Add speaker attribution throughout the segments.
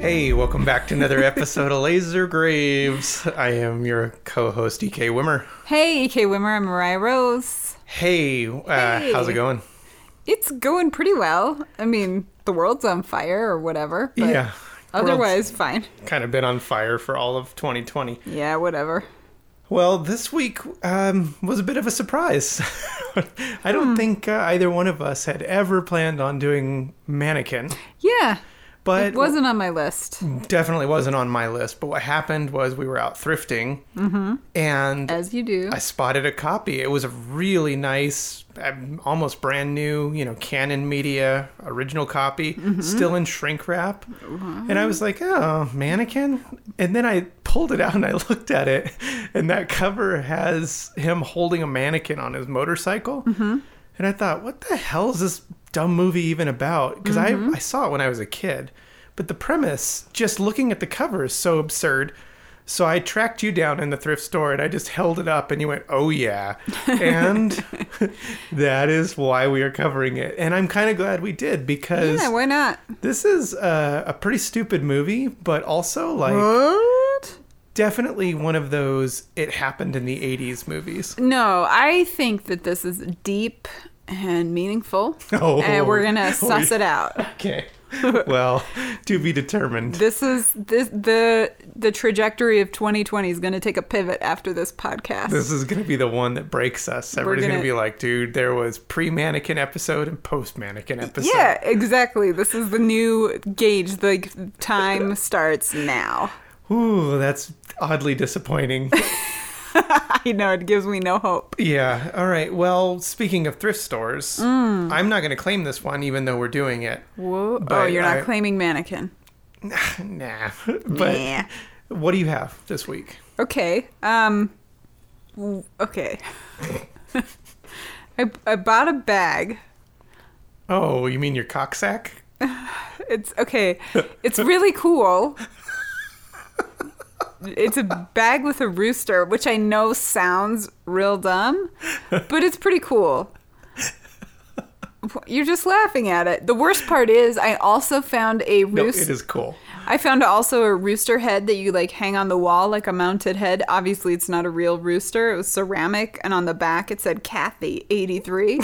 Speaker 1: Hey, welcome back to another episode of Laser Graves. I am your co-host EK Wimmer.
Speaker 2: Hey, EK Wimmer, I'm Mariah Rose.
Speaker 1: Hey, uh,
Speaker 2: Hey.
Speaker 1: how's it going?
Speaker 2: It's going pretty well. I mean, the world's on fire or whatever. But
Speaker 1: yeah,
Speaker 2: Otherwise, fine.
Speaker 1: kind of been on fire for all of 2020.
Speaker 2: Yeah, whatever.
Speaker 1: Well, this week um, was a bit of a surprise. I don't think uh, either one of us had ever planned on doing Mannequin,
Speaker 2: Yeah.
Speaker 1: but
Speaker 2: It wasn't on my list,
Speaker 1: definitely wasn't on my list. But what happened was we were out thrifting, and
Speaker 2: as you do.
Speaker 1: I spotted a copy. It was a really nice, um, almost brand new, you know, Canon Media original copy, still in shrink wrap. And I was like, oh, mannequin. And then I pulled it out and I looked at it, and that cover has him holding a mannequin on his motorcycle. And I thought, what the hell is this dumb movie even about? Because I, I saw it when I was a kid. But the premise, just looking at the cover, is so absurd. So I tracked you down in the thrift store and I just held it up and you went, oh yeah. And that is why we are covering it. And I'm kind of glad we did because
Speaker 2: Yeah, why not?
Speaker 1: this is a, a pretty stupid movie, but also like
Speaker 2: What?
Speaker 1: definitely one of those it happened in the 80s movies.
Speaker 2: No, I think that this is deep and meaningful.
Speaker 1: Oh.
Speaker 2: And we're going
Speaker 1: Oh,
Speaker 2: to suss
Speaker 1: yeah.
Speaker 2: it out.
Speaker 1: Okay. well, to be determined.
Speaker 2: This is this the the trajectory of 2020 is going to take a pivot after this podcast.
Speaker 1: This is gonna be the one that breaks us. Everybody's gonna,
Speaker 2: gonna-
Speaker 1: be like, dude, there was pre mannequin episode and post mannequin episode.
Speaker 2: Yeah, exactly. This is the new gauge. The time starts now.
Speaker 1: Ooh, that's oddly disappointing.
Speaker 2: I know it gives me no hope.
Speaker 1: yeah. All right. Well, speaking of thrift stores, I'm not gonna claim this one, even though we're doing it.
Speaker 2: Whoa! oh,
Speaker 1: But
Speaker 2: you're not
Speaker 1: I-
Speaker 2: claiming mannequin.
Speaker 1: Nah. but
Speaker 2: Nah.
Speaker 1: what do you have this week?
Speaker 2: Okay. Um. w- Okay. I I bought a bag.
Speaker 1: Oh, you mean your cocksack?
Speaker 2: It's okay. It's really cool. It's a bag with a rooster, which I know sounds real dumb, but it's pretty cool. You're just laughing at it. The worst part is I also found a
Speaker 1: No,
Speaker 2: rooster.
Speaker 1: it is cool.
Speaker 2: I found also a rooster head that you like hang on the wall like a mounted head. Obviously, it's not a real rooster. It was ceramic, and on the back it said Kathy eighty three.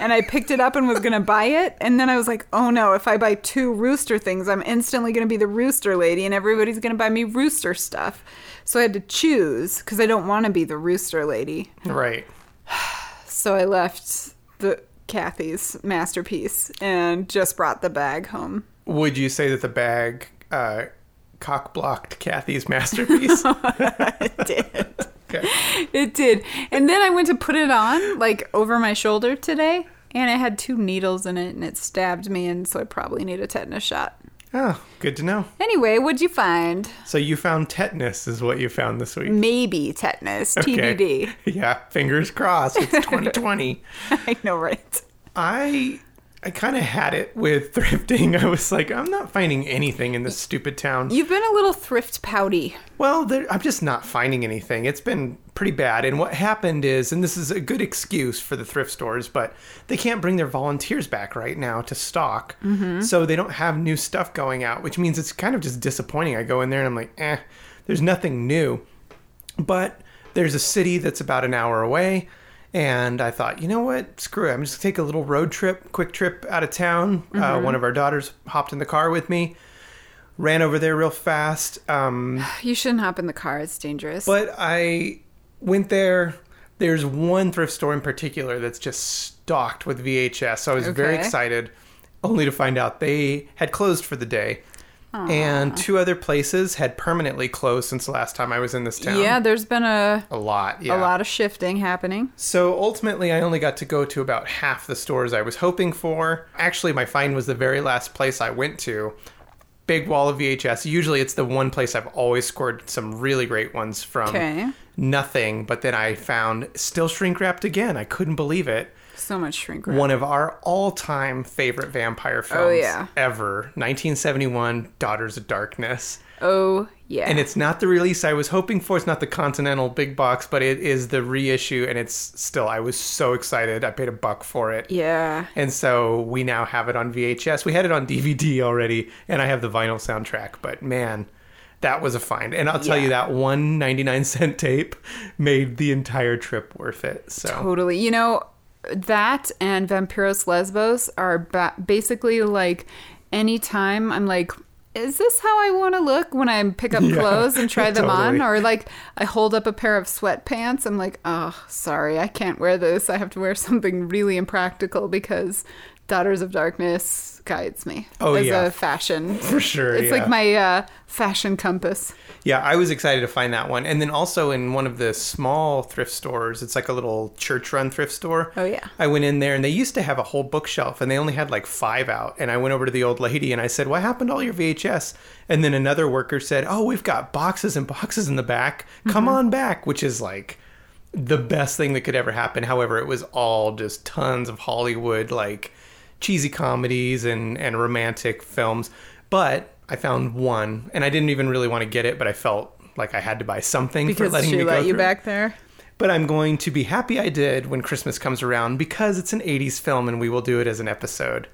Speaker 2: and I picked it up and was gonna buy it, and then I was like, oh no! If I buy two rooster things, I'm instantly gonna be the rooster lady, and everybody's gonna buy me rooster stuff. So I had to choose because I don't want to be the rooster lady.
Speaker 1: Right.
Speaker 2: So I left the Kathy's masterpiece and just brought the bag home.
Speaker 1: Would you say that the bag uh, cock blocked Kathy's masterpiece?
Speaker 2: I did.
Speaker 1: okay.
Speaker 2: It did. And then I went to put it on, like over my shoulder today, and it had two needles in it and it stabbed me, and so I probably need a tetanus shot.
Speaker 1: Oh, good to know.
Speaker 2: Anyway, what'd you find?
Speaker 1: So you found tetanus is what you found this week.
Speaker 2: Maybe tetanus, TBD.
Speaker 1: Yeah, fingers crossed. It's 2020.
Speaker 2: I know, right?
Speaker 1: I I kind of had it with thrifting. I was like, I'm not finding anything in this stupid town.
Speaker 2: You've been a little thrift pouty.
Speaker 1: Well, there, I'm just not finding anything. It's been pretty bad. And what happened is, and this is a good excuse for the thrift stores, but they can't bring their volunteers back right now to stock. So they don't have new stuff going out, which means it's kind of just disappointing. I go in there and I'm like, eh, there's nothing new. But there's a city that's about an hour away. And I thought, you know what? Screw it. I'm just going to take a little road trip, quick trip out of town. Uh, one of our daughters hopped in the car with me, ran over there real fast. Um,
Speaker 2: You shouldn't hop in the car, it's dangerous.
Speaker 1: but I went there. There's one thrift store in particular that's just stocked with VHS. So I was very
Speaker 2: Okay.
Speaker 1: excited, only to find out they had closed for the day. And two other places had permanently closed since the last time I was in this town.
Speaker 2: yeah, there's been a,
Speaker 1: A lot. Yeah.
Speaker 2: a lot of shifting happening.
Speaker 1: So ultimately, I only got to go to about half the stores I was hoping for. Actually, my find was the very last place I went to. Big wall of VHS. Usually, it's the one place I've always scored some really great ones from.
Speaker 2: Okay.
Speaker 1: Nothing, but then I found still shrink wrapped again. I couldn't believe it.
Speaker 2: So much shrink wrap.
Speaker 1: one of our all-time favorite vampire films
Speaker 2: yeah.
Speaker 1: ever 1971 daughters of darkness
Speaker 2: Oh yeah.
Speaker 1: and it's not the release i was hoping for it's not the continental big box but it is the reissue and it's still i was so excited i paid a buck for it
Speaker 2: yeah.
Speaker 1: and so we now have it on vhs we had it on dvd already and i have the vinyl soundtrack but man that was a find and i'll tell
Speaker 2: Yeah.
Speaker 1: you that one 99 cent tape made the entire trip worth it so
Speaker 2: Totally. You know, that and Vampiros Lesbos are ba- basically like any time I'm like, is this how I want to look when I pick up
Speaker 1: Yeah,
Speaker 2: clothes and try them on?
Speaker 1: totally.
Speaker 2: Or like I hold up a pair of sweatpants. I'm like, oh, sorry, I can't wear this. I have to wear something really impractical because Daughters of Darkness guides me
Speaker 1: Oh,
Speaker 2: as
Speaker 1: yeah.
Speaker 2: a fashion.
Speaker 1: for sure
Speaker 2: It's like
Speaker 1: yeah.
Speaker 2: my uh, fashion compass.
Speaker 1: Yeah, I was excited to find that one. And then also in one of the small thrift stores, it's like a little church run thrift store.
Speaker 2: Oh, yeah.
Speaker 1: I went in there and they used to have a whole bookshelf and they only had like five out. And I went over to the old lady and I said, What happened to all your VHS? And then another worker said, Oh, we've got boxes and boxes in the back. Come
Speaker 2: Mm-hmm.
Speaker 1: on back, which is like the best thing that could ever happen. However, it was all just tons of Hollywood, like cheesy comedies and, and romantic films. But I found one, and I didn't even really want to get it, but I felt like I had to buy something for
Speaker 2: Because
Speaker 1: letting
Speaker 2: she
Speaker 1: me go
Speaker 2: let you
Speaker 1: through.
Speaker 2: back there.
Speaker 1: But I'm going to be happy I did when Christmas comes around because it's an 80s film and we will do it as an episode.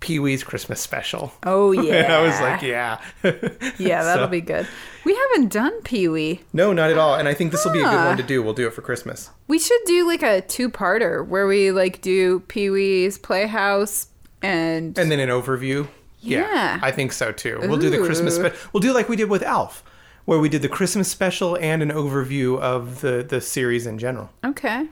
Speaker 1: Pee Wee's Christmas Special.
Speaker 2: Oh, yeah.
Speaker 1: And I was like, yeah.
Speaker 2: Yeah, that'll
Speaker 1: So-
Speaker 2: be good. We haven't done Pee Wee.
Speaker 1: No, not at all. And I think this will be a good
Speaker 2: Huh.
Speaker 1: one to do. We'll do it for Christmas.
Speaker 2: We should do like a two-parter where we like do Pee Wee's Playhouse and,
Speaker 1: and then an overview.
Speaker 2: Yeah.
Speaker 1: I think so too. We'll do the Christmas
Speaker 2: Ooh.
Speaker 1: special. We'll do like we did with Alf, where we did the Christmas special and an overview of the the series in general.
Speaker 2: okay,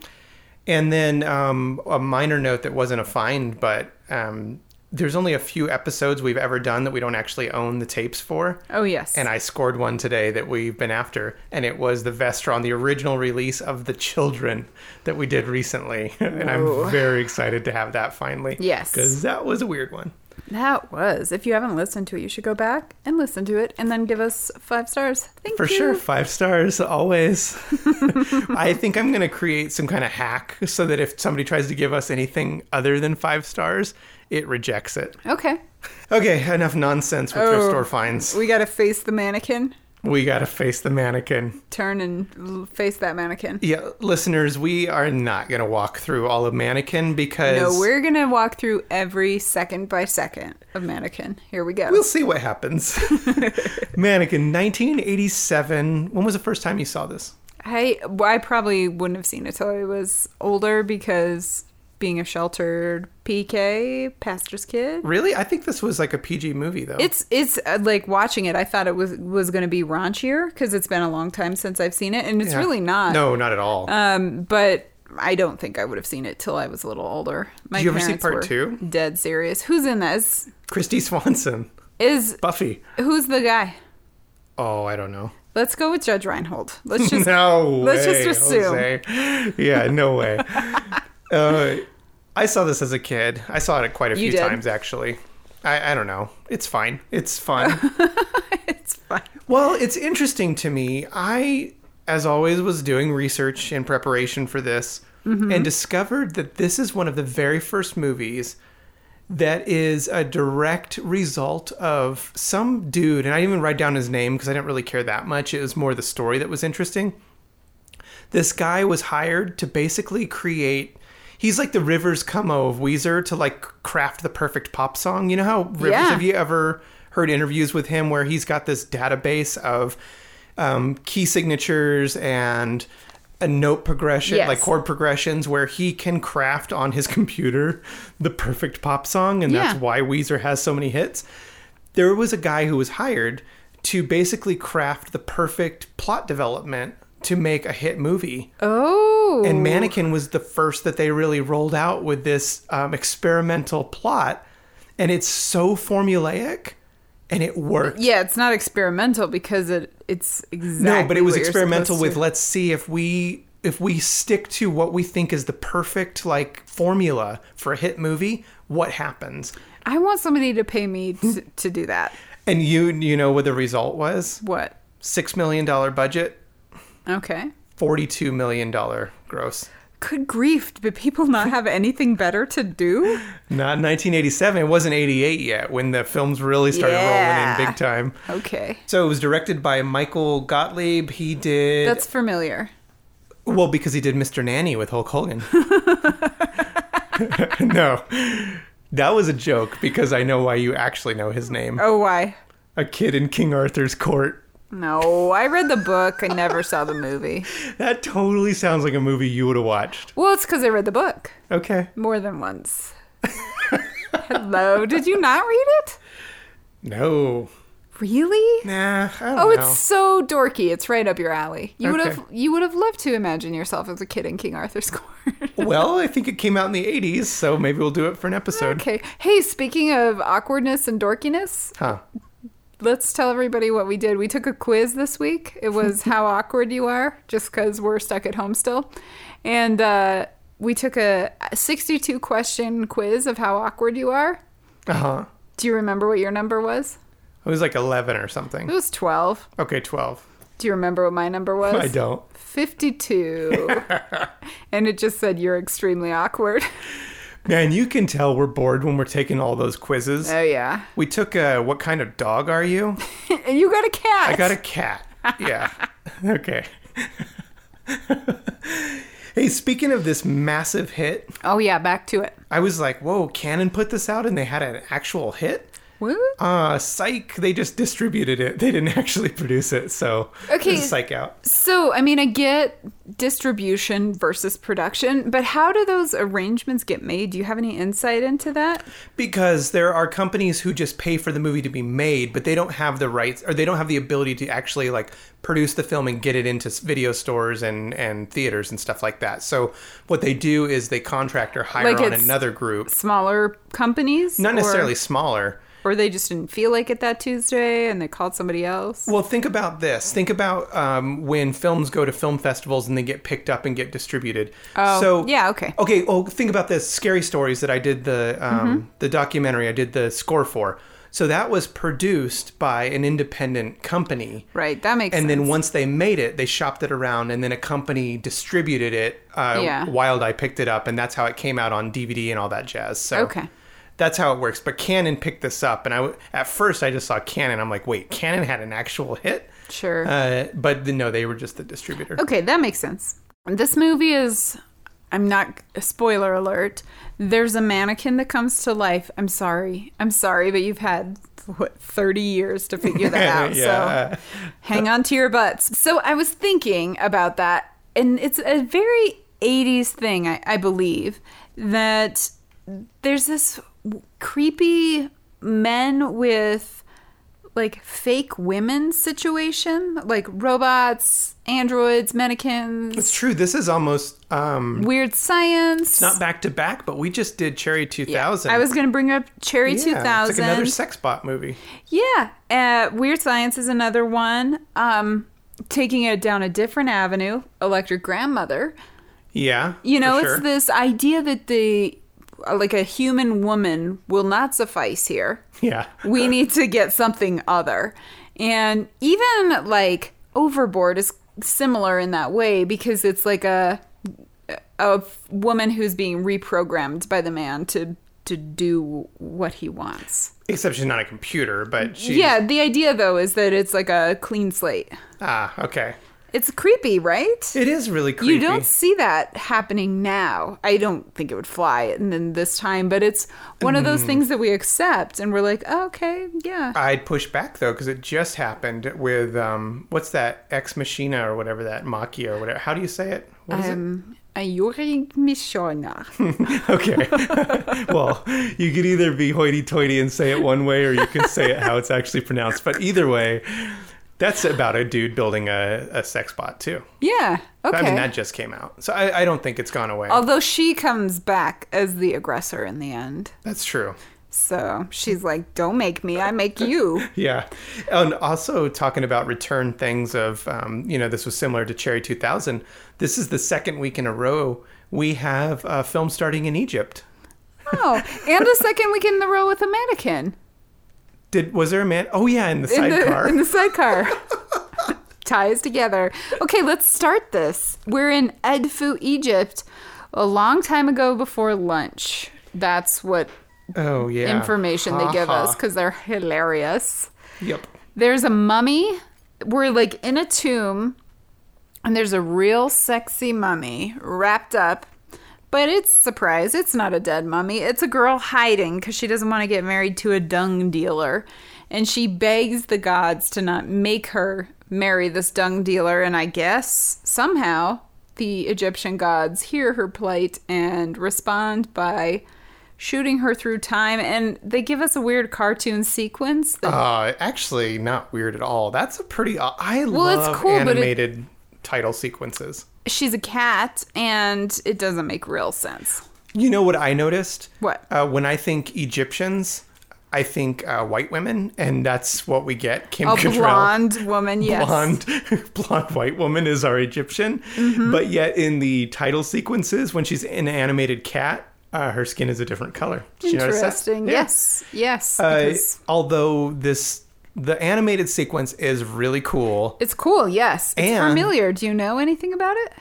Speaker 1: And then um, a minor note that wasn't a find, but um, there's only a few episodes we've ever done that we don't actually own the tapes for.
Speaker 2: oh yes,
Speaker 1: And I scored one today that we've been after, and it was the Vestron, the original release of The Children that we did recently. and
Speaker 2: Whoa.
Speaker 1: I'm very excited to have that finally.
Speaker 2: Yes.
Speaker 1: Because that was a weird one.
Speaker 2: that was. If you haven't listened to it, you should go back and listen to it, and then give us five stars. Thank
Speaker 1: For
Speaker 2: you.
Speaker 1: sure, five stars always. I think I'm going to create some kind of hack so that if somebody tries to give us anything other than five stars, it rejects it.
Speaker 2: Okay,
Speaker 1: Okay, enough nonsense with thrift
Speaker 2: Oh.
Speaker 1: store finds.
Speaker 2: we gotta face the mannequin.
Speaker 1: We got to face the mannequin.
Speaker 2: Turn and l- face that mannequin.
Speaker 1: Yeah, listeners, we are not going to walk through all of mannequin because
Speaker 2: No, we're gonna walk through every second by second of mannequin. Here we go.
Speaker 1: we'll see what happens. mannequin 1987. When was the first time you saw this?
Speaker 2: I well, I probably wouldn't have seen it till I was older because being a sheltered PK pastor's kid.
Speaker 1: Really? I think this was like a PG movie though.
Speaker 2: It's it's uh, like watching it. I thought it was was going to be raunchier because it's been a long time since I've seen it, and it's
Speaker 1: Yeah.
Speaker 2: really not.
Speaker 1: No, not at all.
Speaker 2: Um, but I don't think I would have seen it till I was a little older. My
Speaker 1: Did you ever see
Speaker 2: parents
Speaker 1: part
Speaker 2: were
Speaker 1: two?
Speaker 2: Dead serious. Who's in this?
Speaker 1: Christy Swanson,
Speaker 2: Is
Speaker 1: Buffy.
Speaker 2: who's the guy?
Speaker 1: Oh, I don't know.
Speaker 2: Let's go with Judge Reinhold. Let's just
Speaker 1: no
Speaker 2: let's
Speaker 1: way,
Speaker 2: just assume.
Speaker 1: Jose. Yeah, no way. uh, I saw this as a kid. I saw it quite a few
Speaker 2: You did.
Speaker 1: times actually. I, I don't know. It's fine. It's fun.
Speaker 2: it's fine.
Speaker 1: Well, it's interesting to me. I, as always, was doing research in preparation for this and discovered that this is one of the very first movies that is a direct result of some dude, and I didn't even write down his name because I didn't really care that much. It was more the story that was interesting. This guy was hired to basically create. He's like the Rivers Como of Weezer to like craft the perfect pop song. You know how Rivers
Speaker 2: Yeah.
Speaker 1: have you ever heard interviews with him where he's got this database of um, key signatures and a note progression,
Speaker 2: Yes.
Speaker 1: like chord progressions, where he can craft on his computer the perfect pop song, and
Speaker 2: Yeah.
Speaker 1: that's why Weezer has so many hits. There was a guy who was hired to basically craft the perfect plot development to make a hit movie.
Speaker 2: Oh,
Speaker 1: And Mannequin was the first that they really rolled out with this um, experimental plot. And it's so formulaic and it worked.
Speaker 2: Yeah, it's not experimental because it it's exactly
Speaker 1: no, but it was
Speaker 2: what you're
Speaker 1: experimental
Speaker 2: supposed
Speaker 1: with
Speaker 2: to-
Speaker 1: let's see if we if we stick to what we think is the perfect like formula for a hit movie, what happens?
Speaker 2: I want somebody to pay me to, to do that.
Speaker 1: And you you know what the result was?
Speaker 2: What?
Speaker 1: 6 million dollar budget,
Speaker 2: Okay.
Speaker 1: 42 million dollar gross.
Speaker 2: Good grief. Did people not have anything better to do?
Speaker 1: Not 1987. It wasn't 88 yet when the films really started
Speaker 2: Yeah.
Speaker 1: rolling in big time.
Speaker 2: Okay.
Speaker 1: So it was directed by Michael Gottlieb. He did
Speaker 2: That's familiar.
Speaker 1: well because he did Mr. Nanny with Hulk Hogan. no. That was a joke because I know why you actually know his name.
Speaker 2: Oh, why?
Speaker 1: A kid in King Arthur's court.
Speaker 2: No, I read the book. I never saw the movie.
Speaker 1: That totally sounds like a movie you would have watched.
Speaker 2: Well, it's because I read the book
Speaker 1: Okay.
Speaker 2: more than once. Hello. Did you not read it?
Speaker 1: No.
Speaker 2: Really?
Speaker 1: Nah, I don't
Speaker 2: Oh,
Speaker 1: know.
Speaker 2: it's so dorky. It's right up your alley. You would have
Speaker 1: Okay.
Speaker 2: you would have loved to imagine yourself as a kid in King Arthur's court.
Speaker 1: Well, I think it came out in the 80s, so maybe we'll do it for an episode.
Speaker 2: okay. Hey, speaking of awkwardness and dorkiness,
Speaker 1: Huh.
Speaker 2: let's tell everybody what we did. We took a quiz this week. It was how awkward you are, just because we're stuck at home still. And uh, we took a 62 question quiz of how awkward you are.
Speaker 1: Uh huh.
Speaker 2: Do you remember what your number was?
Speaker 1: It was like 11 or
Speaker 2: It
Speaker 1: something.
Speaker 2: was 12.
Speaker 1: Okay, 12.
Speaker 2: Do you remember what my number was?
Speaker 1: I don't.
Speaker 2: 52. and it just said you're extremely awkward.
Speaker 1: Man, you can tell we're bored when we're taking all those quizzes.
Speaker 2: oh, yeah.
Speaker 1: We took a what kind of dog are you?
Speaker 2: and you got a cat.
Speaker 1: I got a cat. Yeah. Okay. hey, speaking of this massive hit,
Speaker 2: Oh, yeah. Back to it.
Speaker 1: I was like, whoa, Canon put this out and they had an actual hit?
Speaker 2: What?
Speaker 1: Uh, psych, they just distributed it. They didn't actually produce it, so
Speaker 2: Okay.
Speaker 1: it's a psych out.
Speaker 2: So, I mean, I get distribution versus production, but how do those arrangements get made? Do you have any insight into that?
Speaker 1: Because there are companies who just pay for the movie to be made, but they don't have the rights or they don't have the ability to actually like produce the film and get it into s- video stores and and theaters and stuff like that. So what they do is they contract or hire
Speaker 2: Like
Speaker 1: on
Speaker 2: it's-
Speaker 1: another group,
Speaker 2: Smaller companies?
Speaker 1: not
Speaker 2: Or-
Speaker 1: necessarily smaller.
Speaker 2: Or, they just didn't feel like it that Tuesday and they called somebody else?
Speaker 1: Well, think about this. Think about um, when films go to film festivals and they get picked up and get distributed.
Speaker 2: Oh,
Speaker 1: so
Speaker 2: yeah, okay.
Speaker 1: Okay. Well, think about this. Scary Stories that I did the um,
Speaker 2: Mm-hmm.
Speaker 1: the documentary. I did the score for. So that was produced by an independent company.
Speaker 2: Right, that makes
Speaker 1: And
Speaker 2: sense.
Speaker 1: then once they made it, they shopped it around, and then a company distributed it. Uh,
Speaker 2: Yeah.
Speaker 1: Wild Eye picked it up, and that's how it came out on DVD and all that jazz. So
Speaker 2: Okay.
Speaker 1: that's how it works. But Canon picked this up, and I w- at first I just saw Canon. I'm like, wait, Canon had an actual hit.
Speaker 2: Sure.
Speaker 1: Uh, but the, no, they were just the distributor.
Speaker 2: Okay, that makes sense. This movie is I'm not spoiler alert. There's a mannequin that comes to life. I'm sorry. I'm sorry, but you've had what 30 years to figure that out.
Speaker 1: Yeah.
Speaker 2: So hang on to your butts. So I was thinking about that and it's a very 80s thing, I, I believe, that there's this w- creepy men with like fake women situation, like robots, androids, mannequins,
Speaker 1: It's true. This is almost um,
Speaker 2: weird science.
Speaker 1: not back to back, but we just did Cherry 2000.
Speaker 2: I was going to bring up Cherry
Speaker 1: Yeah,
Speaker 2: 2000.
Speaker 1: It's like another sex bot movie.
Speaker 2: Yeah, uh, Weird Science is another one. Um, taking it down a different avenue, Electric Grandmother.
Speaker 1: Yeah.
Speaker 2: You know,
Speaker 1: for sure.
Speaker 2: it's this idea that the like a human woman will not suffice here.
Speaker 1: Yeah.
Speaker 2: we need to get something other. And even like Overboard is similar in that way because it's like a a woman who's being reprogrammed by the man to to do what he wants.
Speaker 1: Except she's not a computer, but she.
Speaker 2: Yeah, the idea though is that it's like a clean slate.
Speaker 1: Ah, okay.
Speaker 2: It's creepy, right?
Speaker 1: It is really creepy.
Speaker 2: You don't see that happening now. I don't think it would fly and then this time, but it's one of those things that we accept and we're like, oh, okay, yeah.
Speaker 1: I'd push back though, because it just happened with um, what's that Ex Machina or whatever that Machia or whatever. How do you say it? What is
Speaker 2: Um, a Yuri Mishona.
Speaker 1: it? Okay. well, you could either be hoity-toity and say it one way, or you can say it how it's actually pronounced. But either way, that's about a dude building a, a sex bot too.
Speaker 2: Yeah. Okay. Oh.
Speaker 1: I mean, that just came out, so I, I don't think it's gone away.
Speaker 2: Although she comes back as the aggressor in the end.
Speaker 1: That's true.
Speaker 2: So she's like, don't make me, I make you.
Speaker 1: Yeah, and also talking about return things of um, you know this was similar to Cherry 2000. This is the second week in a row we have a film starting in Egypt.
Speaker 2: Oh, and the second week in the row with a mannequin
Speaker 1: Did was there a man? Oh yeah, in the
Speaker 2: in the,
Speaker 1: sidecar.
Speaker 2: in the sidecar. ties together. Okay, let's start this. We're in Edfu, Egypt, a long time ago before lunch. That's what
Speaker 1: Oh yeah.
Speaker 2: information they give us because they're hilarious.
Speaker 1: Yep.
Speaker 2: There's a mummy. We're like in a tomb, and there's a real sexy mummy wrapped up. But it's surprise, it's not a dead mummy. It's a girl hiding because she doesn't want to get married to a dung dealer. And she begs the gods to not make her marry this dung dealer. And I guess somehow the Egyptian gods hear her plight and respond by shooting her through time. And they give us a weird cartoon sequence that
Speaker 1: Uh, actually, not weird at all. That's a pretty. uh, I
Speaker 2: Well, it's
Speaker 1: love
Speaker 2: cool, but it-
Speaker 1: animated title sequences.
Speaker 2: she's a cat and it doesn't make real sense.
Speaker 1: You know what I noticed?
Speaker 2: What?
Speaker 1: Uh, when I think Egyptians, I think uh, white women, and that's what we get. Kim
Speaker 2: A
Speaker 1: Cattrall.
Speaker 2: blonde woman, yes.
Speaker 1: Blonde, blonde white woman is our Egyptian,
Speaker 2: Mm-hmm.
Speaker 1: but yet in the title sequences, when she's an animated cat, uh, her skin is a different color. Did you notice that?
Speaker 2: Interesting.
Speaker 1: Yeah.
Speaker 2: Yes. Yes.
Speaker 1: Uh,
Speaker 2: because
Speaker 1: although this, the animated sequence is really cool.
Speaker 2: it's cool. Yes. It's
Speaker 1: and-
Speaker 2: familiar. Do you know anything about it?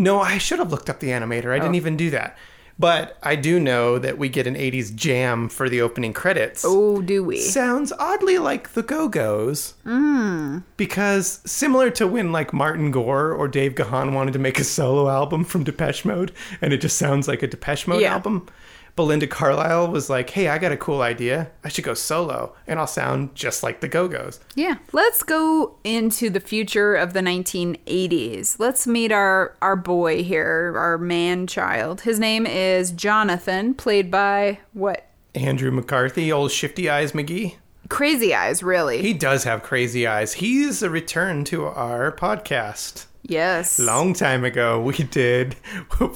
Speaker 1: No, I should have looked up the animator. I didn't
Speaker 2: Oh.
Speaker 1: even do that. But I do know that we get an 80s jam for the opening credits.
Speaker 2: Oh, do we?
Speaker 1: Sounds oddly like the Go Go's. Mm. Because similar to when like Martin Gore or Dave Gahan wanted to make a solo album from Depeche Mode and it just sounds like a Depeche Mode
Speaker 2: Yeah.
Speaker 1: album, Belinda Carlisle was like, hey, I got a cool idea. I should go solo and I'll sound just like the Go Go's.
Speaker 2: yeah. Let's go into the future of the 1980s. Let's meet our our boy here, our man child. His name is Jonathan, played by what?
Speaker 1: Andrew McCarthy, old Shifty Eyes McGee.
Speaker 2: Crazy Eyes, really.
Speaker 1: He does have crazy eyes. He's a return to our podcast.
Speaker 2: yes.
Speaker 1: Long time ago, we did.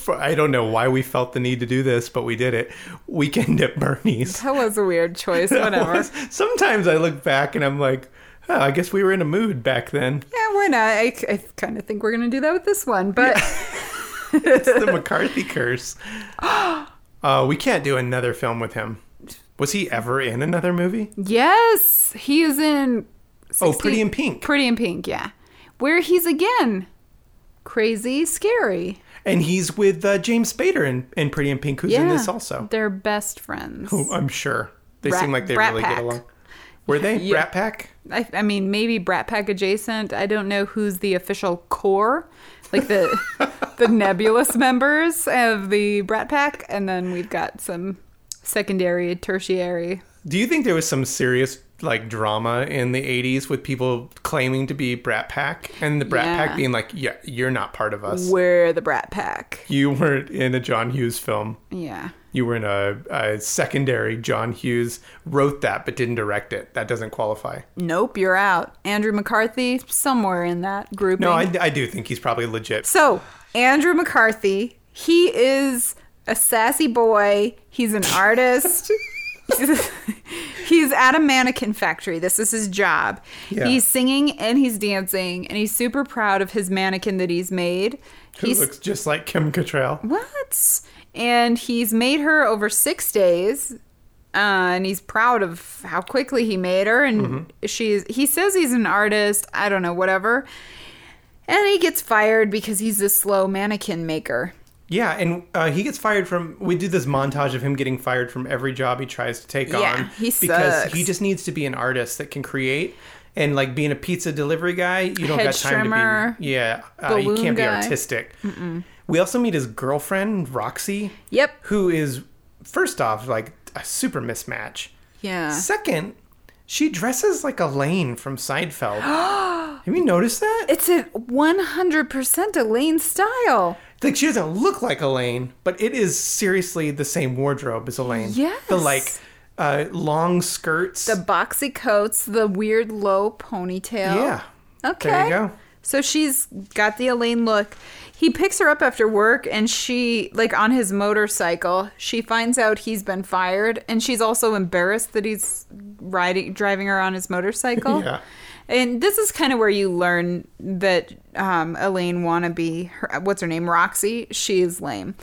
Speaker 1: I don't know why we felt the need to do this, but we did it. Weekend at Bernie's.
Speaker 2: That was a weird choice. Whatever.
Speaker 1: Sometimes I look back and I'm like, oh, I guess we were in a mood back then.
Speaker 2: Yeah, why not? I, I kind of think we're going to do that with this one, but
Speaker 1: It's the McCarthy curse. Uh, we can't do another film with him. Was he ever in another movie?
Speaker 2: yes, he is in. 60,
Speaker 1: Oh, Pretty in Pink.
Speaker 2: Pretty in Pink, yeah. Where he's again crazy, scary.
Speaker 1: And he's with uh, James Spader in, in Pretty in Pink, who's
Speaker 2: Yeah.
Speaker 1: in this also.
Speaker 2: They're best friends.
Speaker 1: Oh, I'm sure. They
Speaker 2: Rat-
Speaker 1: seem like they
Speaker 2: Rat
Speaker 1: really
Speaker 2: Pack.
Speaker 1: get along. Were they
Speaker 2: Yeah.
Speaker 1: Rat Pack?
Speaker 2: I, I mean, maybe Brat Pack adjacent. I don't know who's the official core, like the the nebulous members of the Brat Pack, and then we've got some secondary, tertiary.
Speaker 1: Do you think there was some serious like drama in the 80s with people claiming to be Brat Pack and the Brat
Speaker 2: Yeah.
Speaker 1: Pack being like, "Yeah, you're not part of us.
Speaker 2: We're the Brat Pack.
Speaker 1: You weren't in a John Hughes film.
Speaker 2: Yeah.
Speaker 1: You were in a, a secondary John Hughes wrote that but didn't direct it. That doesn't qualify."
Speaker 2: Nope, you're out. Andrew McCarthy, somewhere in that grouping.
Speaker 1: No, I, I do think he's probably legit.
Speaker 2: so, Andrew McCarthy, he is a sassy boy. He's an artist. he's at a mannequin factory. This is his job.
Speaker 1: Yeah.
Speaker 2: He's singing and he's dancing, and he's super proud of his mannequin that he's made.
Speaker 1: Who
Speaker 2: He's
Speaker 1: looks just like Kim Cattrall.
Speaker 2: what? And he's made her over six days, uh, and he's proud of how quickly he made her. And she's he says he's an artist. I don't know, whatever. And he gets fired because he's a slow mannequin maker.
Speaker 1: Yeah, and uh, he gets fired from. We did this montage of him getting fired from every job he tries to take
Speaker 2: Yeah,
Speaker 1: on.
Speaker 2: he
Speaker 1: because
Speaker 2: sucks.
Speaker 1: he just needs to be an artist that can create. And like being a pizza delivery guy, you don't
Speaker 2: Head
Speaker 1: got time
Speaker 2: trimmer,
Speaker 1: to be. Yeah, uh, you
Speaker 2: balloon
Speaker 1: can't be
Speaker 2: guy.
Speaker 1: artistic. We also meet his girlfriend Roxy.
Speaker 2: Yep.
Speaker 1: Who is first off like a super mismatch.
Speaker 2: Yeah.
Speaker 1: Second, she dresses like Elaine from Seinfeld. Have you noticed that?
Speaker 2: It's a 100% Elaine style.
Speaker 1: Like she doesn't look like Elaine, but it is seriously the same wardrobe as Elaine.
Speaker 2: Yes.
Speaker 1: The like uh, long skirts.
Speaker 2: The boxy coats, the weird low ponytail.
Speaker 1: yeah.
Speaker 2: Okay.
Speaker 1: There you go.
Speaker 2: So she's got the Elaine look. He picks her up after work and she, like on his motorcycle, she finds out he's been fired and she's also embarrassed that he's riding, driving her on his motorcycle.
Speaker 1: Yeah.
Speaker 2: And this is kind of where you learn that um, Elaine wannabe, her, what's her name, Roxy, she's lame.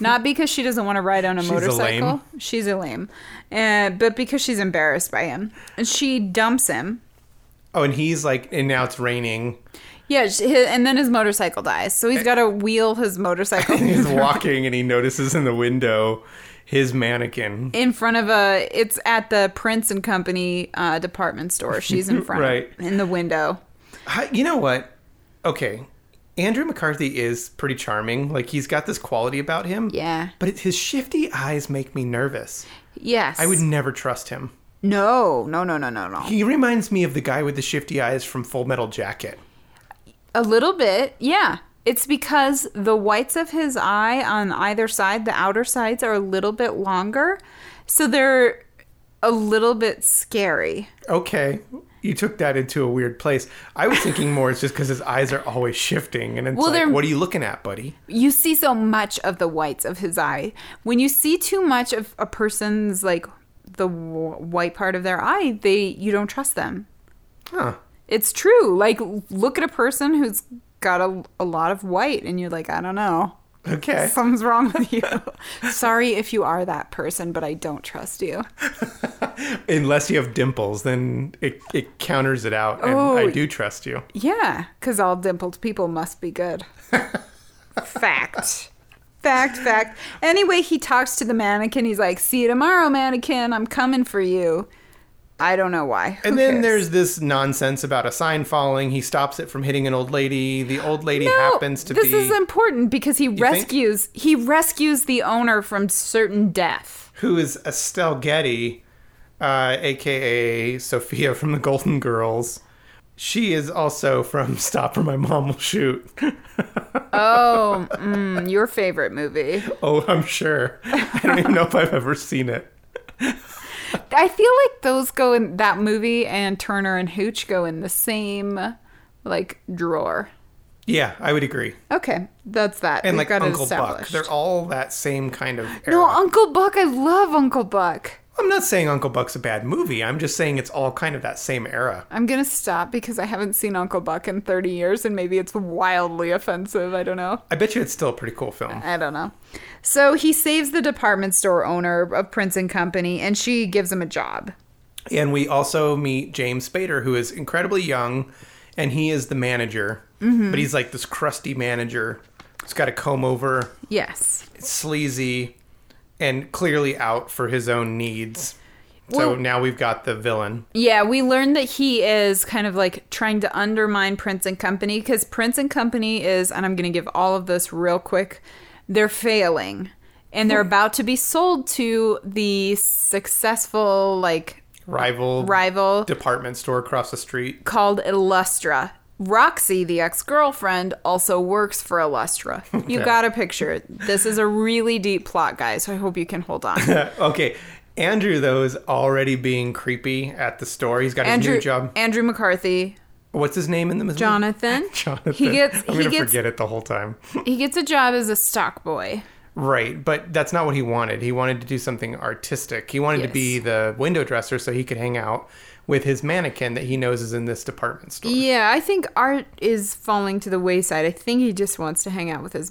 Speaker 2: Not because she doesn't want to ride on a
Speaker 1: a
Speaker 2: motorcycle.
Speaker 1: lame.
Speaker 2: She's a lame. Uh, but because she's embarrassed by him. And she dumps him.
Speaker 1: Oh, and he's like, and now it's raining.
Speaker 2: Yeah, sh- hi- and then his motorcycle dies, so
Speaker 1: Eh.
Speaker 2: he's got to wheel his motorcycle
Speaker 1: He's walking and he notices in the window his mannequin.
Speaker 2: in front of a. It's at the Prince and Company uh, department store. She's in front,
Speaker 1: Right.
Speaker 2: in the window.
Speaker 1: I- You know what? Okay. Andrew McCarthy is pretty charming. Like he's got this quality about him.
Speaker 2: Yeah.
Speaker 1: But it, his shifty eyes make me nervous.
Speaker 2: Yes,
Speaker 1: I would never trust him.
Speaker 2: No, no, no, no, no, no.
Speaker 1: He reminds me of the guy with the shifty eyes from Full Metal Jacket.
Speaker 2: A little bit, yeah. It's because the whites of his eye on either side, the outer sides, are a little bit longer, so they're a little bit scary.
Speaker 1: Okay. You took that into a weird place. I was thinking more it's just because his eyes are always shifting, and it's
Speaker 2: Well, they're-
Speaker 1: like, what are you looking at, buddy?
Speaker 2: you see so much of the whites of his eye. When you see too much of a person's like the w- white part of their eye, they you don't trust them.
Speaker 1: Huh.
Speaker 2: It's true. Like look at a person who's got a, a lot of white and you're like, I don't know.
Speaker 1: Okay.
Speaker 2: Something's wrong with you. Sorry if you are that person, but I don't trust you.
Speaker 1: Unless you have dimples, then it, it counters it out, and
Speaker 2: Oh.
Speaker 1: I do trust you.
Speaker 2: Yeah, cuz all dimpled people must be good. fact. Fact, fact. Anyway, he talks to the mannequin. He's like, "See you tomorrow, mannequin. I'm coming for you." I don't know why. Who
Speaker 1: And then
Speaker 2: cares?
Speaker 1: there's this nonsense about a sign falling. He stops it from hitting an old lady. The old lady
Speaker 2: No,
Speaker 1: happens to
Speaker 2: this
Speaker 1: be
Speaker 2: is important because he
Speaker 1: think?
Speaker 2: rescues he rescues the owner from certain death.
Speaker 1: who is Estelle Getty, uh, aka Sophia from the Golden Girls. She is also from Stop or My Mom Will Shoot.
Speaker 2: Oh, mm, your favorite movie.
Speaker 1: Oh, I'm sure. I don't even know if I've ever seen it.
Speaker 2: I feel like those go in that movie and Turner and Hooch go in the same like drawer.
Speaker 1: Yeah, I would agree.
Speaker 2: Okay, that's that.
Speaker 1: And
Speaker 2: We've
Speaker 1: like
Speaker 2: got it
Speaker 1: Uncle Buck,
Speaker 2: established.
Speaker 1: they're all that same kind of era.
Speaker 2: No, Uncle Buck. I love Uncle Buck.
Speaker 1: I'm not saying Uncle Buck's a bad movie. I'm just saying it's all kind of that same era.
Speaker 2: I'm gonna stop because I haven't seen Uncle Buck in 30 years, and maybe it's wildly offensive. I don't know.
Speaker 1: I bet you it's still a pretty cool film.
Speaker 2: I don't know. So he saves the department store owner of Prince and Company, and she gives him a job.
Speaker 1: And we also meet James Spader, who is incredibly young, and he is the manager.
Speaker 2: Mm-hmm.
Speaker 1: But he's like this crusty manager. He's got a comb over,
Speaker 2: Yes.
Speaker 1: sleazy, and clearly out for his own needs. so
Speaker 2: Well-
Speaker 1: now we've got the villain.
Speaker 2: Yeah, we learned that he is kind of like trying to undermine Prince and Company because Prince and Company is, and I'm going to give all of this real quick, they're failing and they're about to be sold to the successful, like,
Speaker 1: Rival
Speaker 2: rival
Speaker 1: department store across the street.
Speaker 2: called Illustra. Roxy, the ex girlfriend, also works for Illustra. You
Speaker 1: Okay.
Speaker 2: got a picture. This is a really deep plot, guys, so I hope you can hold on.
Speaker 1: okay. Andrew though is already being creepy at the store. He's got his
Speaker 2: Andrew,
Speaker 1: new job.
Speaker 2: Andrew McCarthy,
Speaker 1: What's his name in the movie?
Speaker 2: Jonathan.
Speaker 1: Jonathan.
Speaker 2: He gets
Speaker 1: I'm
Speaker 2: he
Speaker 1: gonna
Speaker 2: gets
Speaker 1: forget it the whole time.
Speaker 2: he gets a job as a stock boy.
Speaker 1: Right, but that's not what he wanted. He wanted to do something artistic. He wanted
Speaker 2: Yes.
Speaker 1: to be the window dresser so he could hang out with his mannequin that he knows is in this department store.
Speaker 2: Yeah, I think art is falling to the wayside. I think he just wants to hang out with his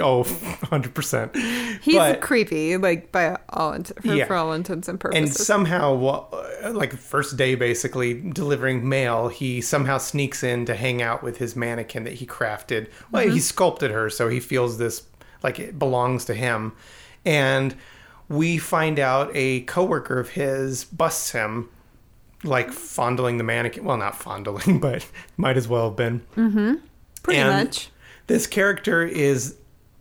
Speaker 1: Oh, 100%.
Speaker 2: He's
Speaker 1: But-
Speaker 2: creepy, like by all int- for,
Speaker 1: Yeah.
Speaker 2: for all intents and
Speaker 1: and
Speaker 2: purposes.
Speaker 1: somehow, wa- uh, like first day basically delivering mail, he somehow sneaks in to hang out with his mannequin that he crafted. Well, he sculpted her, so he feels this like it belongs to him. And we find out a coworker of his busts him, like fondling the mannequin. Well, not fondling, but might as well have been.
Speaker 2: Pretty
Speaker 1: And
Speaker 2: much.
Speaker 1: This character is,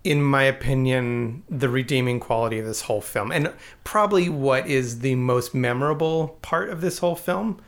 Speaker 1: in my opinion, the redeeming quality of this whole film, and probably what is the most memorable part of this whole film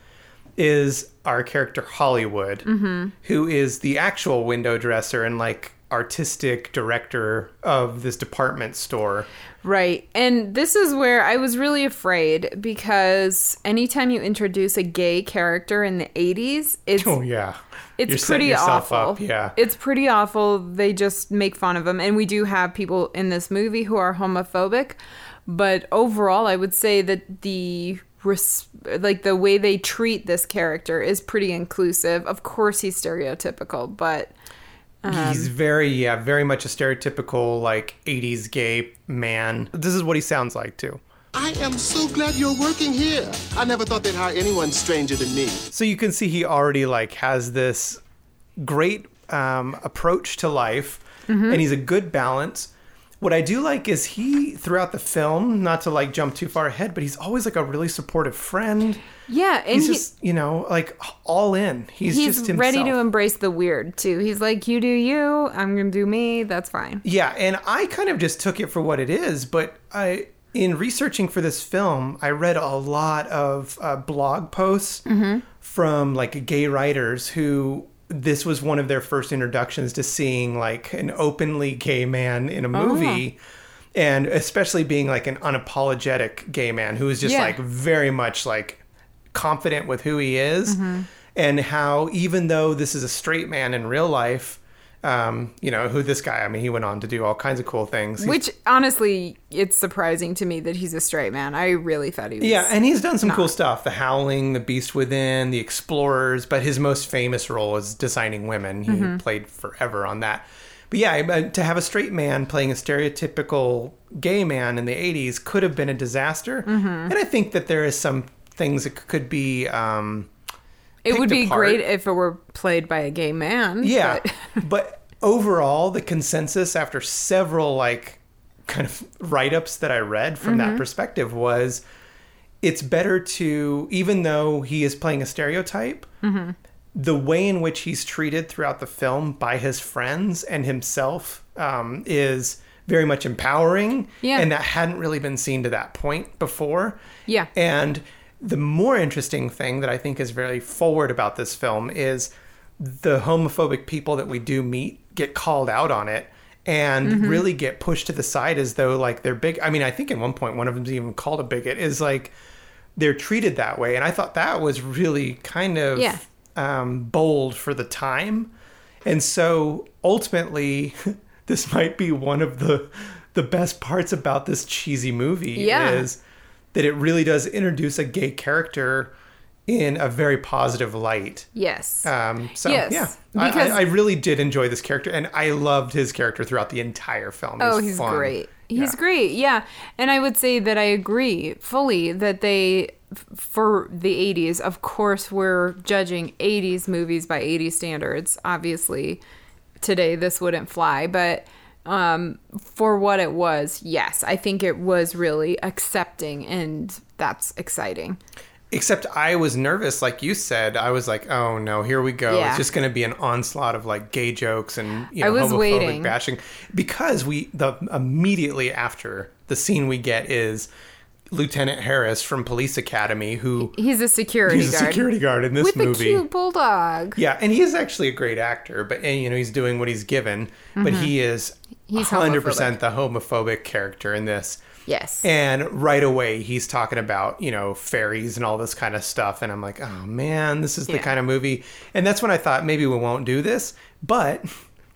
Speaker 1: is our character Hollywood,
Speaker 2: Mm-hmm.
Speaker 1: who is the actual window dresser and like artistic director of this department store.
Speaker 2: Right. And this is where I was really afraid because anytime you introduce a gay character in the 80s, it's
Speaker 1: Oh yeah,
Speaker 2: it's
Speaker 1: You're setting
Speaker 2: pretty
Speaker 1: yourself
Speaker 2: awful.
Speaker 1: up, Yeah,
Speaker 2: It's pretty awful. They just make fun of them and we do have people in this movie who are homophobic, but overall I would say that the res- like the way they treat this character is pretty inclusive. Of course he's stereotypical, but
Speaker 1: He's very, yeah, very much a stereotypical like 80s gay man. This is what he sounds like too.
Speaker 3: I am so glad you're working here. I never thought they'd hire anyone stranger than me.
Speaker 1: So you can see he already like has this great um, approach to life,
Speaker 2: Mm-hmm.
Speaker 1: and he's a good balance. What I do like is he throughout the film, not to like jump too far ahead, but he's always like a really supportive friend.
Speaker 2: Yeah, and
Speaker 1: He's
Speaker 2: he-
Speaker 1: just you know like all in. He's,
Speaker 2: he's
Speaker 1: just himself.
Speaker 2: ready to embrace the weird too. He's like, "You do you. I'm gonna do me. That's fine."
Speaker 1: Yeah, and I kind of just took it for what it is, but I in researching for this film, I read a lot of uh, blog posts from like gay writers who this was one of their first introductions to seeing like an openly gay man in a movie. And especially being like an unapologetic gay man who is just
Speaker 2: Yeah.
Speaker 1: like very much like confident with who he is and how even though this is a straight man in real life um, you know who this guy i mean he went on to do all kinds of cool things He's-
Speaker 2: Which honestly, it's surprising to me that he's a straight man. I really thought he was.
Speaker 1: yeah and he's done some cool stuff the howling the beast within the explorers but his most famous role is designing women he played forever on that but yeah I- to have a straight man playing a stereotypical gay man in the 80s could have been a disaster and i think that there is some things that could be um,
Speaker 2: it would
Speaker 1: picked
Speaker 2: be
Speaker 1: apart.
Speaker 2: great if it were played by a gay man.
Speaker 1: Yeah.
Speaker 2: but-
Speaker 1: But, overall, the consensus after several like kind of write ups that I read from
Speaker 2: Mm-hmm.
Speaker 1: that perspective was it's better to, even though he is playing a stereotype,
Speaker 2: Mm-hmm.
Speaker 1: the way in which he's treated throughout the film by his friends and himself um, is very much empowering.
Speaker 2: Yeah.
Speaker 1: And that hadn't really been seen to that point before.
Speaker 2: Yeah.
Speaker 1: And the more interesting thing that I think is very forward about this film is the homophobic people that we do meet get called out on it and really get pushed to the side as though like they're big. I mean, I think at one point one of them's even called a bigot is like they're treated that way. And I thought that was really kind of
Speaker 2: Yeah.
Speaker 1: um, bold for the time. And so ultimately, this might be one of the the best parts about this cheesy movie
Speaker 2: Yeah.
Speaker 1: is that it really does introduce a gay character in a very positive light.
Speaker 2: Yes.
Speaker 1: Um, so
Speaker 2: Yes,
Speaker 1: yeah, I-
Speaker 2: because-
Speaker 1: I, I really did enjoy this character, and I loved his character throughout the entire film. He
Speaker 2: Oh,
Speaker 1: was
Speaker 2: he's
Speaker 1: fun.
Speaker 2: great. He's great. Yeah. And I would say that I agree fully that they, f- for the 80s, of course, we're judging 80s movies by 80s standards. Obviously, today this wouldn't fly, but um, for what it was, yes, I think it was really accepting and that's exciting.
Speaker 1: Except I was nervous, like you said. I was like, "Oh no, here we go!
Speaker 2: Yeah.
Speaker 1: It's just going to be an onslaught of like gay jokes and you
Speaker 2: I
Speaker 1: know,
Speaker 2: was
Speaker 1: homophobic
Speaker 2: waiting.
Speaker 1: bashing." Because we the immediately after the scene we get is Lieutenant Harris from Police Academy, who
Speaker 2: He's a security
Speaker 1: he's a
Speaker 2: guard.
Speaker 1: security guard in this
Speaker 2: with
Speaker 1: movie.
Speaker 2: a cute bulldog.
Speaker 1: Yeah, and he is actually a great actor, but and, you know he's doing what he's given. But he is
Speaker 2: Mm-hmm. He's
Speaker 1: hundred percent the homophobic character in this.
Speaker 2: Yes.
Speaker 1: And right away he's talking about you know fairies and all this kind of stuff, and I'm like, oh man, this is the
Speaker 2: Yeah.
Speaker 1: kind of movie. And that's when I thought maybe we won't do this, but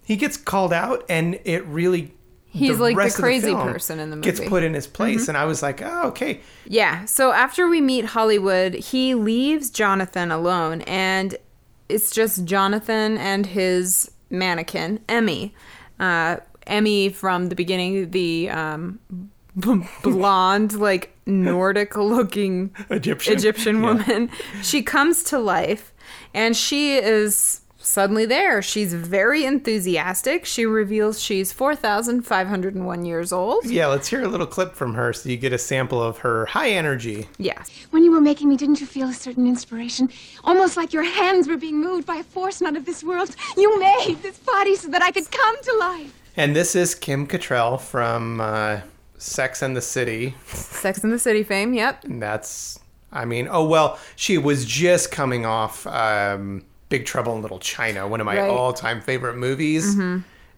Speaker 1: he gets called out, and it really
Speaker 2: He's like the
Speaker 1: rest of
Speaker 2: crazy
Speaker 1: film
Speaker 2: person in the
Speaker 1: gets
Speaker 2: movie. Mm-hmm.
Speaker 1: put in his place, and I was like, oh okay,
Speaker 2: Yeah. So after we meet Hollywood, he leaves Jonathan alone, and it's just Jonathan and his mannequin, Emmy. Uh, Emmy from the beginning, the um, b- blonde, like Nordic looking
Speaker 1: Egyptian.
Speaker 2: Egyptian woman. She comes to life and she is suddenly there. She's very enthusiastic. She reveals she's 4,501 years old.
Speaker 1: yeah, let's hear a little clip from her so you get a sample of her high energy.
Speaker 2: Yeah.
Speaker 4: When you were making me, didn't you feel a certain inspiration? Almost like your hands were being moved by a force not of this world. You made this body so that I could come to life.
Speaker 1: And this is Kim Cattrall from uh, Sex and the City.
Speaker 2: Sex in the City fame. Yep.
Speaker 1: And that's, I mean, oh, well, she was just coming off um, Big Trouble in Little China, one of my
Speaker 2: Right. Mm-hmm.
Speaker 1: all time favorite movies.